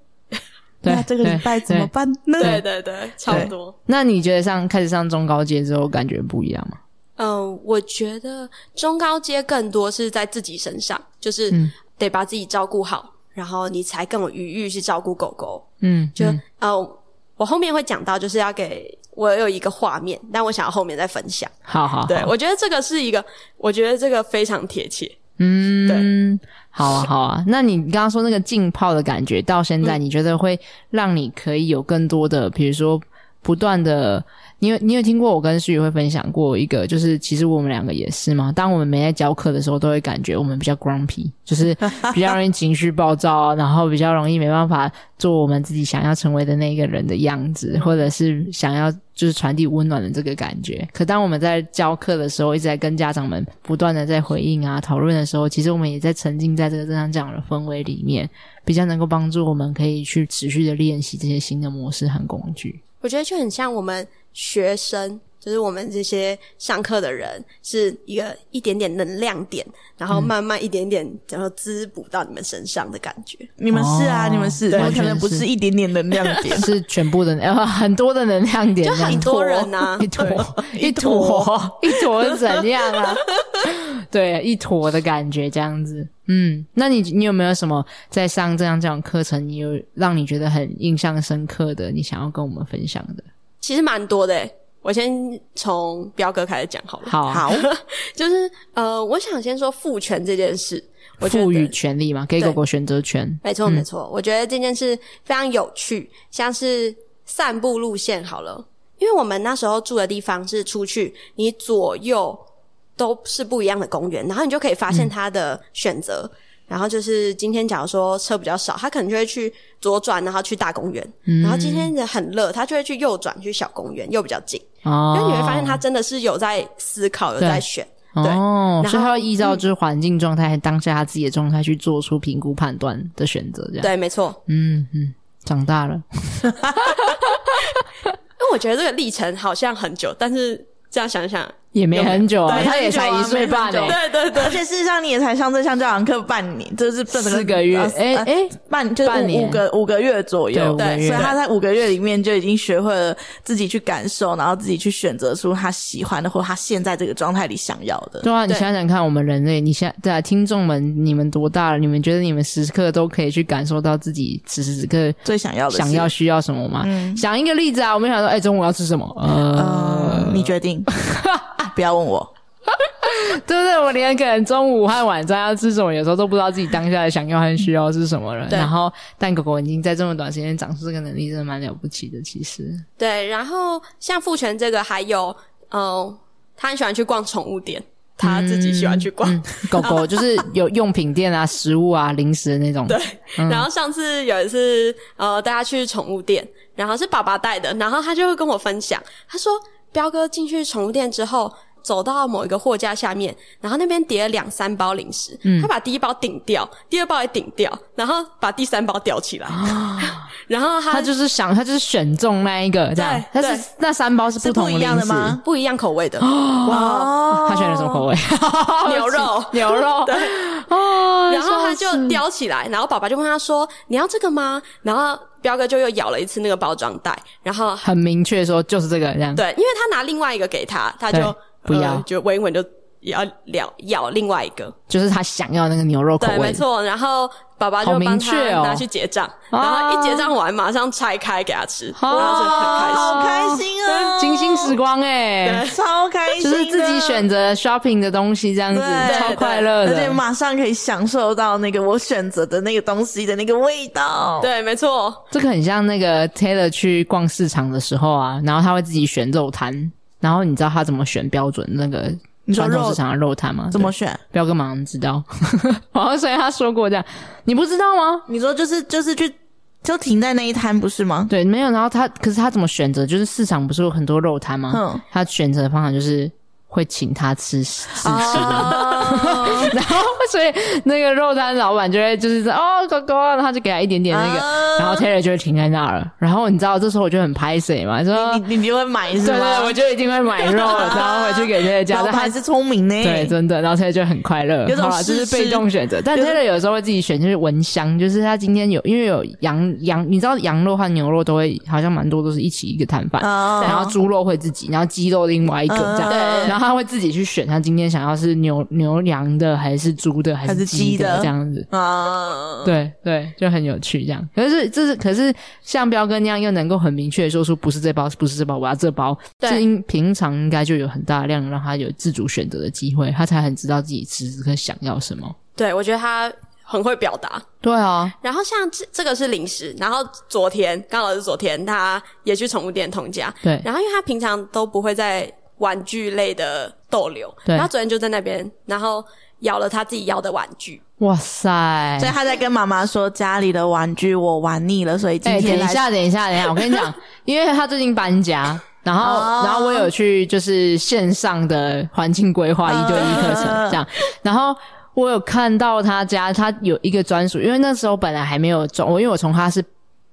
对那这个礼拜对怎么对办呢？对对对，差不多。那你觉得上开始上中高阶之后感觉不一样吗？嗯，我觉得中高阶更多是在自己身上，就是嗯得把自己照顾好，然后你才更有余裕去照顾狗狗。嗯，就、嗯呃，我后面会讲到，就是要给我有一个画面，但我想要后面再分享。好哦好好对，我觉得这个是一个，我觉得这个非常贴切。嗯，好啊，好啊。那你刚刚说那个浸泡的感觉，到现在你觉得会让你可以有更多的，比如说不断的，你有你有听过我跟诗雨会分享过一个，就是其实我们两个也是嘛。当我们没在教课的时候，都会感觉我们比较 grumpy，就是比较容易情绪暴躁啊，然后比较容易没办法做我们自己想要成为的那个人的样子，或者是想要就是传递温暖的这个感觉。可当我们在教课的时候，一直在跟家长们不断的在回应啊、讨论的时候，其实我们也在沉浸在这个正向讲的氛围里面，比较能够帮助我们可以去持续的练习这些新的模式和工具。我觉得就很像我们学生，就是我们这些上课的人，是一个一点点能量点，然嗯后慢慢一点点，然后滋补到你们身上的感觉。你们是啊，哦你们是，对我可完全能不是，是一点点能量点是全部的 呃很多的能量点就这样子，很多人啊 一坨一 坨一坨是怎样啊？ 对，一坨的感觉这样子。嗯，那你你有没有什么在上这样这样课程，你有让你觉得很印象深刻的，你想要跟我们分享的？其实蛮多的欸。我先从彪哥开始讲好了。好啊， 好，就是呃，我想先说父权这件事，我觉得赋予权利嘛，给狗狗选择权。没错没错，我觉得这件事非常有趣，像是散步路线好了，因为我们那时候住的地方是出去，你左右都是不一样的公园，然后你就可以发现它的选择。然后就是今天，假如说车比较少，它可能就会去左转，然后去大公园。然后今天很热，它就会去右转去小公园，又比较近。哦，因为你会发现它真的是有在思考，有对在选。对哦然，所后嗯以它要依照就是环境状态、和当下他自己的状态去做出评估判断的选择，这样。对，没错。嗯嗯，长大了。因为我觉得这个历程好像很久，但是这样想一想，也没很久啊，对他也才很久一啊岁半没哎、很久对对对而且事实上你也才上正向教养课半年，就是这整四个月，啊呃哎、呃哎、半就是半五年五个五个月左对，右五，对个月所以他在五个月里面就已经学会了自己去感受，然后自己去选择出他喜欢的或他现在这个状态里想要的。对啊，你对想想看，我们人类，你现在对啊，听众们，你们多大了？你们觉得你们时时刻刻都可以去感受到自己此时此刻最想要的是嗯想要需要什么吗？想一个例子啊，我们想说，哎、中午要吃什么？呃，嗯你决 定，不要问我。对不对？我连可能中午和晚餐要吃什么，有时候都不知道自己当下的想要和需要是什么了。对然后，但狗狗已经在这么短时间长出这个能力，真的蛮了不起的。其 实，对，然后像父权这个，还有呃，他很喜欢去逛宠物店，他自己喜欢去逛。嗯，狗狗就是有用品店啊、食物啊、零食的那种。对，然后上次有一次，呃，带他去宠物店，然后是爸爸带的，然后他就会跟我分享，他说彪哥进去宠物店之后，走到某一个货架下面，然后那边叠了两三包零食，他把第一包顶掉，第二包也顶掉，然后把第三包吊起来，然后他他就是想，他就是选中那一个这样对。但是那三包是是不同不一样零的食吗？？不一样口味的，哇，哦他选了什么口味？。啊牛肉 牛肉。对，哦，然后他笑死就叼起来，然后爸爸就问他说：“你要这个吗？”然后彪哥就又咬了一次那个包装袋，然后很明确说就是这个这样。对，因为他拿另外一个给他，他就对不要呃就闻一闻就咬咬咬另外一个，就是他想要那个牛肉口对，味。没错。然后爸爸好就明帮确他哦拿去结账，啊然后一结账完马上拆开给他吃，然后就很开心。好开心哦，精心时光哎、对超开心就的，是自己选择 shopping 的东西这样子，对超快乐而且的。马上可以享受到那个我选择的那个东西的那个味道。对，没错，这个很像那个 Taylor 去逛市场的时候啊，然后他会自己选肉摊，然后你知道他怎么选标准那个你说传统肉市场的肉摊吗？怎么对？选？彪哥马上知道， 好像所以他说过这样，你不知道吗？你说就是就是去就停在那一摊不是 吗？对，没有。然后他，可是他怎么选择？就是市场不是有很多肉摊吗？嗯他选择的方法就是会请他吃试吃哦的。 然后所以那个肉摊老板就会就是说哦狗狗啊，然后就给他一点点那个，啊然后 Taylor 就会停在那儿了。然后你知道这时候我就很拍谁嘛，说你你就会买是对对，吗？对我就一定会买肉了，然后回去给 Taylor 加。老但他板是聪明呢，对，真的，然后 Taylor 就很快乐，哎有种好啦就是试吃被动选择。但有种 Taylor 有时候会自己选，就是蚊香，就是他今天有因为有羊羊，你知道羊肉和牛肉都会好像蛮多都是一起一个摊贩，哦然后猪肉会自己，然后鸡肉另外嗯一个这样，对然后他会自己去选他今天想要是牛牛羊的还是猪的还还是是鸡鸡的这样子。啊，对对，就很有趣这样。可是这是可是像彪哥那样又能够很明确的说出不是这包，不是这包，我要这包。对这应平常应该就有很大量让他有自主选择的机会，他才很知道自己此时此刻想要什么。对我觉得他很会表达。对啊，然后像这这个是零食，然后昨天刚好是昨天，他也去宠物店同家，对然后因为他平常都不会在玩具类的逗留，对然后昨天就在那边，然后咬了他自己要的玩具，哇塞！所以他在跟妈妈说家里的玩具我玩腻了，所以今哎、天等一来下，等一下，等一下，我跟你 讲，因为他最近搬家，然后、哦然后我有去就是线上的环境规划一对一课程这样，然后。我有看到他家，他有一个专属，因为那时候本来还没有装，我因为我从他是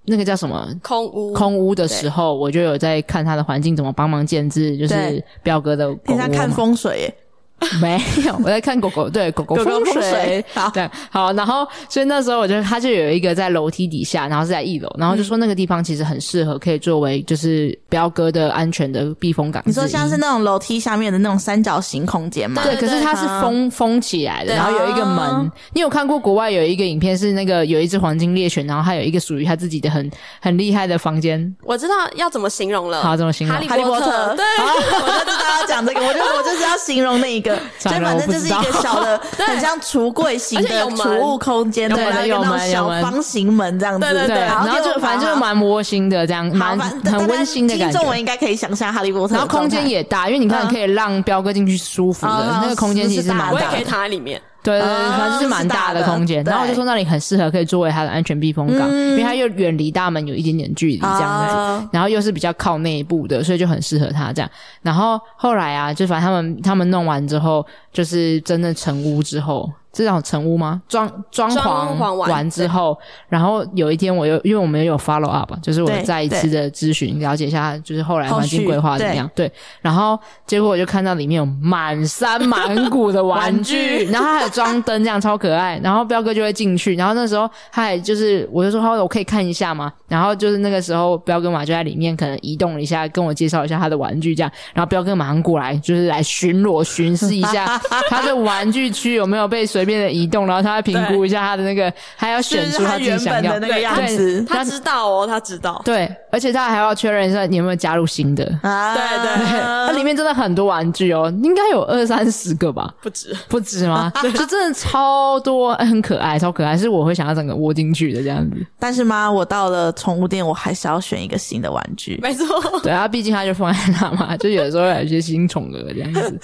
那个叫什嗯么空屋，空屋的时候，我就有在看他的环境怎么帮忙建制，就是对彪哥的狗等一下窝看嘛风水耶， 没有，我在看狗狗，对狗狗狗狗风风 水好对，好，然后所以那时候我就他就有一个在楼梯底下，然后是在一楼，然后就说那个地方其实很适合，可以作为就是彪哥的安全的避风港之一。你说像是那种楼梯下面的那种三角形空间吗？对，对可是对它是啊封封起来的，对然后有一个门啊。你有看过国外有一个影片是那个有一只黄金猎犬，然后它有一个属于它自己的很很厉害的房间，我知道要怎么形容了，好怎么形容哈利哈利波波特，对， 我就知道要讲这个， 我就我就是要形容那一个，所算以了反正就是一我不个知道小 的，对很像橱柜型而且的有门储物空间，有对，门然后有有那门种有小门方形门这样子，对对对然后就反正就蛮窝心的这样，蛮好，反正很温馨的感听众觉们。应该可以想象哈利波特，然后空间。也大，因为你看嗯可以让彪哥进去舒服的，哦那个空间其实蛮我大也是的可以，躺在里面，对对对，哦反正是蛮大的是大的空间。对然后我就说那里很适合可以作为他的安全避风港，因为它又远离大门有一点点距离这样子，啊，然后又是比较靠内部的，所以就很适合他这样。然后后来啊，就反正他们他们弄完之后，就是真的成屋之后。这叫成屋吗？装装装潢潢完完之后，然后有一天我又因为我们有 follow up，就是啊我对再一次的咨询，了解一下就是后来后环境续规划怎么样。对，然后结果我就看到里面有满山满谷的玩玩具，然后还有装灯，这样超可爱。然后彪哥就会进去，然后那时候他还就是我就说他我可以看一下嘛，然后就是那个时候彪哥嘛就在里面可能移 动了一下，跟我介绍一下他的玩具这样，然后彪哥马上过来就是来巡逻巡视一下他的玩具区有没有被随便的移动，然后他会评估一下他的那个，还要就选是出他自己原想本要的那个样对子。他知道哦，他知道。对，而且他还要确认一下你有没有加入新的。啊，对它对，里面真的很多玩具哦，应该有二三十个吧，不 止。不止 吗？就真的超多，哎很可爱，超可爱，是我会想要整个窝进去的这样子。但是嘛，我到了宠物店，我还是要选一个新的玩具。没错，对啊，毕竟它就放在那嘛， 就有时候会有一些新宠儿这样子。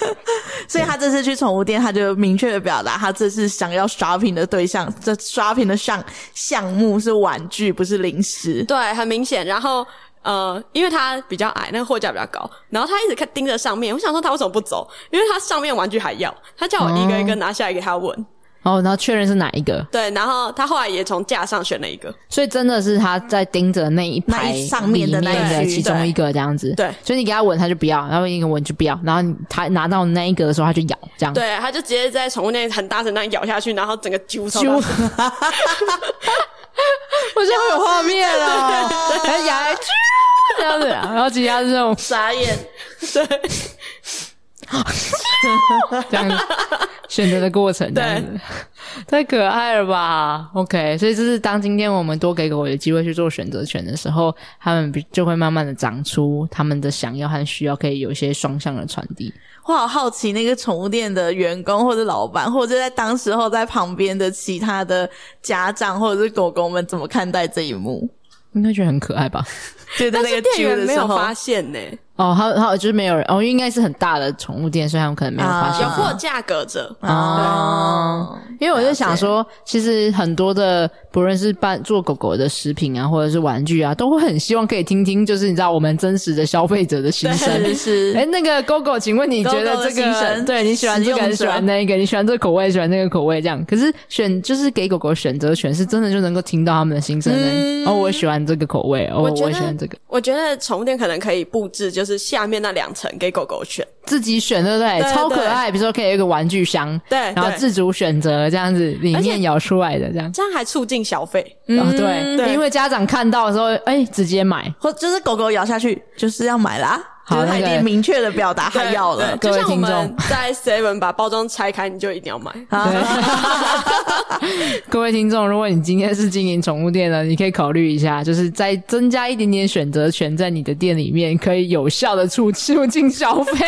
所以他这次去宠物店，他就明确的表达，他这次想要 shopping 的对象，这 shopping 的项项目是玩具，不是零食。对，很明显。然后呃，因为他比较矮，那个货架比较高，然后他一直看盯着上面。我想说他为什么不走？因为他上面玩具还要，他叫我一个一哦个拿下来给他闻。然哦后，然后确认是哪一个，对，然后他后来也从架上选了一个。所以真的是他在盯着那一那排一上面的里那的一区其中一个这样子。对所以你给他闻他就不要，然后一个闻就不要，然后他拿到那一个的时候他就咬，这 样。对，他就直接在宠物店很大声那样咬下去，然后整个揪超揪，大我觉得好有画面 哦，然后咬来啾这样子啊，然后其他是那种傻眼， 这样子选择的过程，这样子太可爱了吧？OK，所以就是当今天我们多给狗有机会去做选择权的时候，它们比就会慢慢的长出他们的想要和需要，可以有一些双向的传递。我好好奇那个宠物店的员工或者老板，或者在当时候在旁边的其他的家长或者是狗狗们怎么看待这一幕？应该觉得很可爱吧？就在但那是个店揪员的没时有候，发现呢、哦，还有还有就是没有人哦，因为应该是很大的宠物店，所以他们可能没有发现有啊货架隔着，哦哦，因为我就想说，其实很多的不论是办做狗狗的食品啊，或者是玩具啊，都会很希望可以听听，就是你知道我们真实的消费者的心声。是是哎、那个 GoGo，请问你觉得这 Gogo 的心个声对你喜欢这个，使用还者是喜欢那个，你喜欢这个口味，喜欢那个口味这样？可是选就是给狗狗选择权，是真的就能够听到他们的心声的、哦，我喜欢这个口味，哦，嗯我我觉得喜欢这个，我觉得宠物店可能可以布置，就是下面那两层给狗狗选。自己选对不对？对超可爱，比如说可以有一个玩具箱，对然后对自主选择这样子，里而且面咬出来的这样。这样还促进 消费。哦，对，嗯对因为家长看到的时候，哎、直接买。或就是狗狗咬下去就是要买啦，好就是他已那个经明确的表达他对要了。各对就位像我听众们在 Seven 把包装拆开，你就一定 要买。啊 对，各位听众，如果你今天是经营宠物店的，你可以考虑一下，就是再增加一点点选择权在你的店里面，可以有效的促促进消费。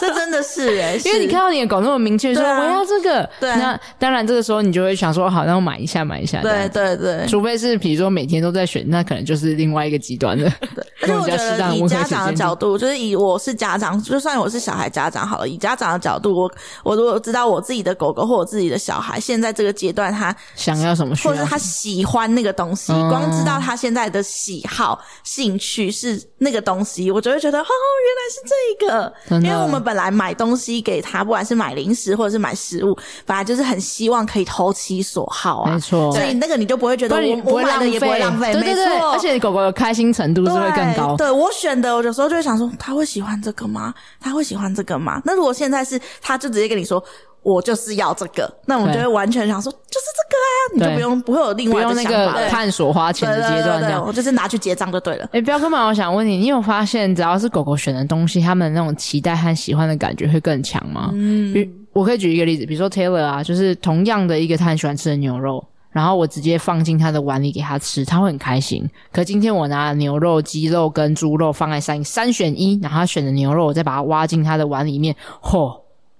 这真的是 哎、因为你 是看到你的狗那么明确说、对啊我要这个，对啊那当然这个时候你就会想说好，那我买一下买一下。这样对对对，除非是比如说每天都在选，那可能就是另外一个极端了。 而且跟我比较觉适当得的以温和家时长的间角度，就是以我是家长，就算我是小孩家长好了，以家长的角度，我我如果知道我自己的狗狗或我自己的小孩现在这个阶段他，想要什么需或要者是他喜欢那个东西，嗯光知道他现在的喜好、兴趣是那个东西，我就会觉得哦，原来是这真个。的因为我们本来买东西给他，不管是买零食或者是买食物，本来就是很希望可以投其所好啊没。错，所以那个你就不会觉不得然你我不我会买浪的费，也不会浪费，对对没对，错而且狗狗的开心程度是会更高。对，对我选的，我有时候就会想说，他会喜欢这个吗？他会喜欢这个吗？那如果现在是，他就直接跟你说。我就是要这个，那我们就对会完全想说，就是这个啊，你对就不用不会有另不外的用那想个法了。探索花钱对的对阶对段对这对，样。我就是拿去结账就对了。哎、彪哥们，我想问你，你有发现只要是狗狗选的东西，它们那种期待和喜欢的感觉会更强吗？嗯，比我可以举一个例子，比如说 Taylor 啊，就是同样的一个他很喜欢吃的牛肉，然后我直接放进他的碗里给他吃，他会很开心。可今天我拿牛肉、鸡肉跟猪肉放在三三选一，然后他选的牛肉，我再把它挖进他的碗里面，嚯、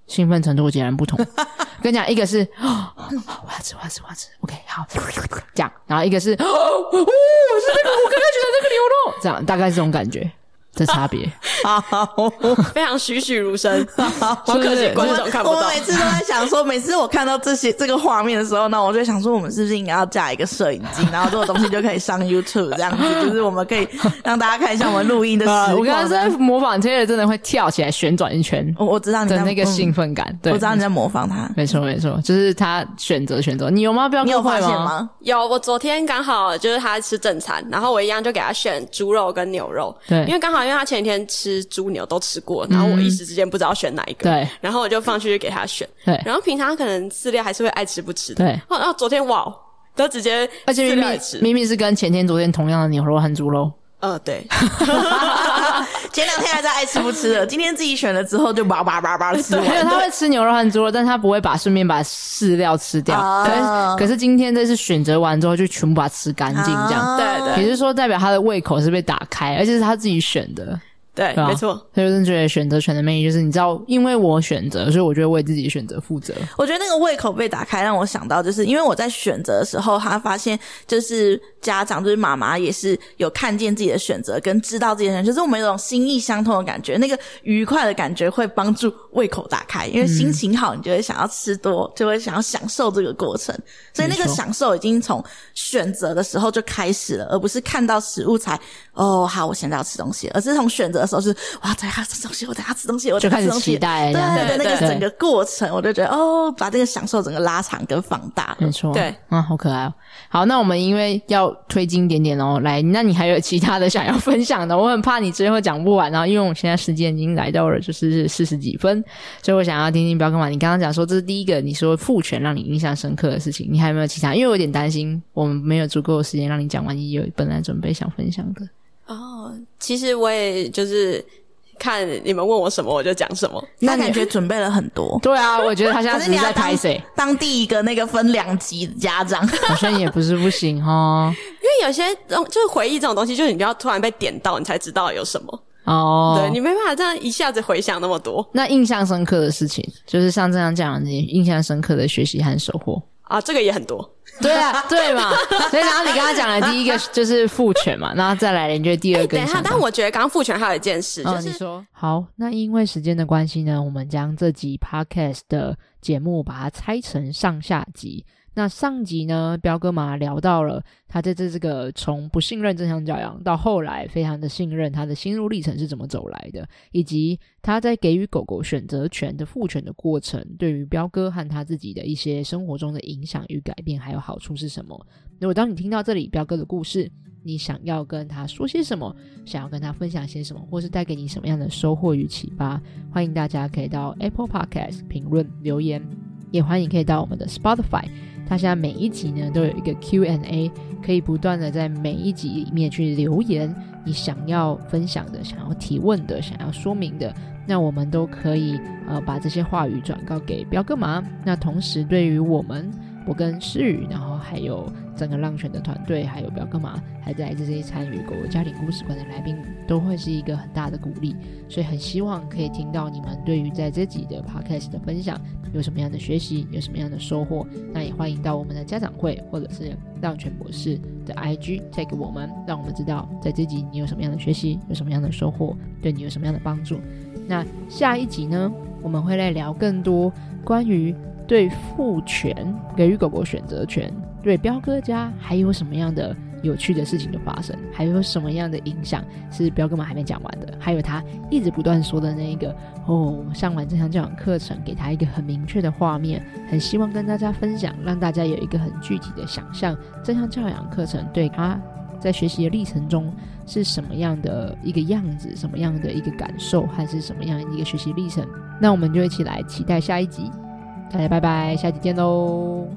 兴奋程度截然不 同。跟你讲，一个是哦，我要吃，我要吃，我要吃，OK，好， 这样，然后一个是哦， 我是那个，我刚刚觉得那个牛肉，这样大概是这种感觉的差 别。非常栩栩如 生，好是可不惜是观众看不我们到。每次都在想说， 每次我看到这些这个画面的时候呢，我就想说，我们是不是应该要架一个摄影机，然后这个东西就可以上 YouTube 这样子，就是我们可以让大家看一下我们录音的 啊时我刚刚光是这在样。模仿 Taylor，真的会跳起来旋转一圈我我知道你在的那个嗯兴奋感。对，嗯我知道你在模仿他，没错没错，就是他选择选择，你有吗？不要你有误会发现吗？吗？有，我昨天刚好就是他吃正餐，然后我一样就给他选猪肉跟牛肉，对因为刚好因为他前一天吃猪牛都吃过，然后我一时之间不知道选哪一个，对然后我就放去给他选，对然后平常他可能饲料还是会爱吃不吃的，对哦，然后昨天哇，都直接而且饲明料也明吃，呃 明明是跟前天、昨天同样的牛肉和猪肉，呃，对， 今前两天还在爱吃不吃的，今天自己选了之后就叭叭叭叭的吃没有，完。他会吃牛肉和猪肉，但他不会把顺便把饲料吃掉。哦可是可是今天这次选择完之后，就全部把它吃干净，啊这样。对 也对就是说，代表他的胃口是被打开，而且是他自己选的，对啊对，吧？没错。。所以我真的觉得选择权的魅力就是，你知道，因为我选择，所以我就会为自己选择负责。我觉得那个胃口被打开，让我想到就是因为我在选择的时候，他发现就是家长就是妈妈也是有看见自己的选择，跟知道自己的选择，就是我们有种心意相通的感觉，那个愉快的感觉会帮助胃口打开，因为心情好，你就会想要吃多，就会想要享受这个过程，所以那个嗯没错享受已经从选择的时候就开始了，而不是看到食物才哦好，我现在要吃东西，而是从选择的时候就是哇，等一下吃东西，我等一下吃东西，我等一下吃东西就开始期待对这样对对，那对个对整个过程，我就觉得哦，把这个享受整个拉长跟放大了没。错，对，嗯，好可爱哦。好，那我们因为要推经典点哦，来，那你还有其他的想要分享的？我很怕你最后讲不完，然后因为我们现在时间已经来到了就是四十几分，所以我想要听听彪哥嘛，你刚刚讲说这是第一个，你说父权让你印象深刻的事情，你还有没有其他？因为我有点担心我们没有足够的时间让你讲完，你有本来准备想分享的。哦，其实我也就是看你们问我什么，我就讲什么。那那你感觉准备了很多，对啊，我觉得他现在可只是你是要在当拍谁，当第一个那个分两级的家长，好像也不是不行哦。因为有些东就是回忆这种东西，就是你要突然被点到，你才知道有什么。哦，对你没办法这样一下子回想那么多那印象深刻的事情，就是像这样讲，你印象深刻的学习和收获。啊，这个也很多。对啊，对嘛。所以然后你刚刚讲的第一个就是父权嘛，然后再来连接第二个哎等你一想下，到。但我觉得刚刚父权还有一件事，就哦，你是说好，那因为时间的关系呢，我们将这集 podcast 的节目把它拆成上下集。那上集呢，彪哥嘛聊到了他在这这个从不信任正向教养到后来非常的信任，他的心路历程是怎么走来的，以及他在给予狗狗选择权的赋权的过程，对于彪哥和他自己的一些生活中的影响与改变还有好处是什么。如果当你听到这里彪哥的故事，你想要跟他说些什么，想要跟他分享些什么，或是带给你什么样的收获与启发，欢迎大家可以到 Apple Podcast 评论留言，也欢迎可以到我们的 Spotify。它现在每一集呢都有一个 Q&A，可以不断的在每一集里面去留言你想要分享的、想要提问的、想要说明的，那我们都可以呃把这些话语转告给彪哥嘛。那同时对于我们，我跟诗雨，然后还有整个浪犬的团队，还有表哥嘛，还在这些参与狗狗家庭故事馆的来宾，都会是一个很大的鼓励。所以很希望可以听到你们对于在这集的 podcast 的分享有什么样的学习，有什么样的收获。那也欢迎到我们的家长会或者是浪犬博士的 IG 再给我们，让我们知道在这集你有什么样的学习，有什么样的收获，对你有什么样的帮助。那下一集呢，我们会来聊更多关于对父权给予狗狗选择权，对彪哥家还有什么样的有趣的事情的发生，还有什么样的影响是彪哥们还没讲完的，还有他一直不断说的那一个哦，上完这堂教养课程，给他一个很明确的画面，很希望跟大家分享，让大家有一个很具体的想象，这项教养课程对他在学习的历程中是什么样的一个样子，什么样的一个感受，还是什么样的一个学习历程。那我们就一起来期待下一集，大家拜拜，下集见喽。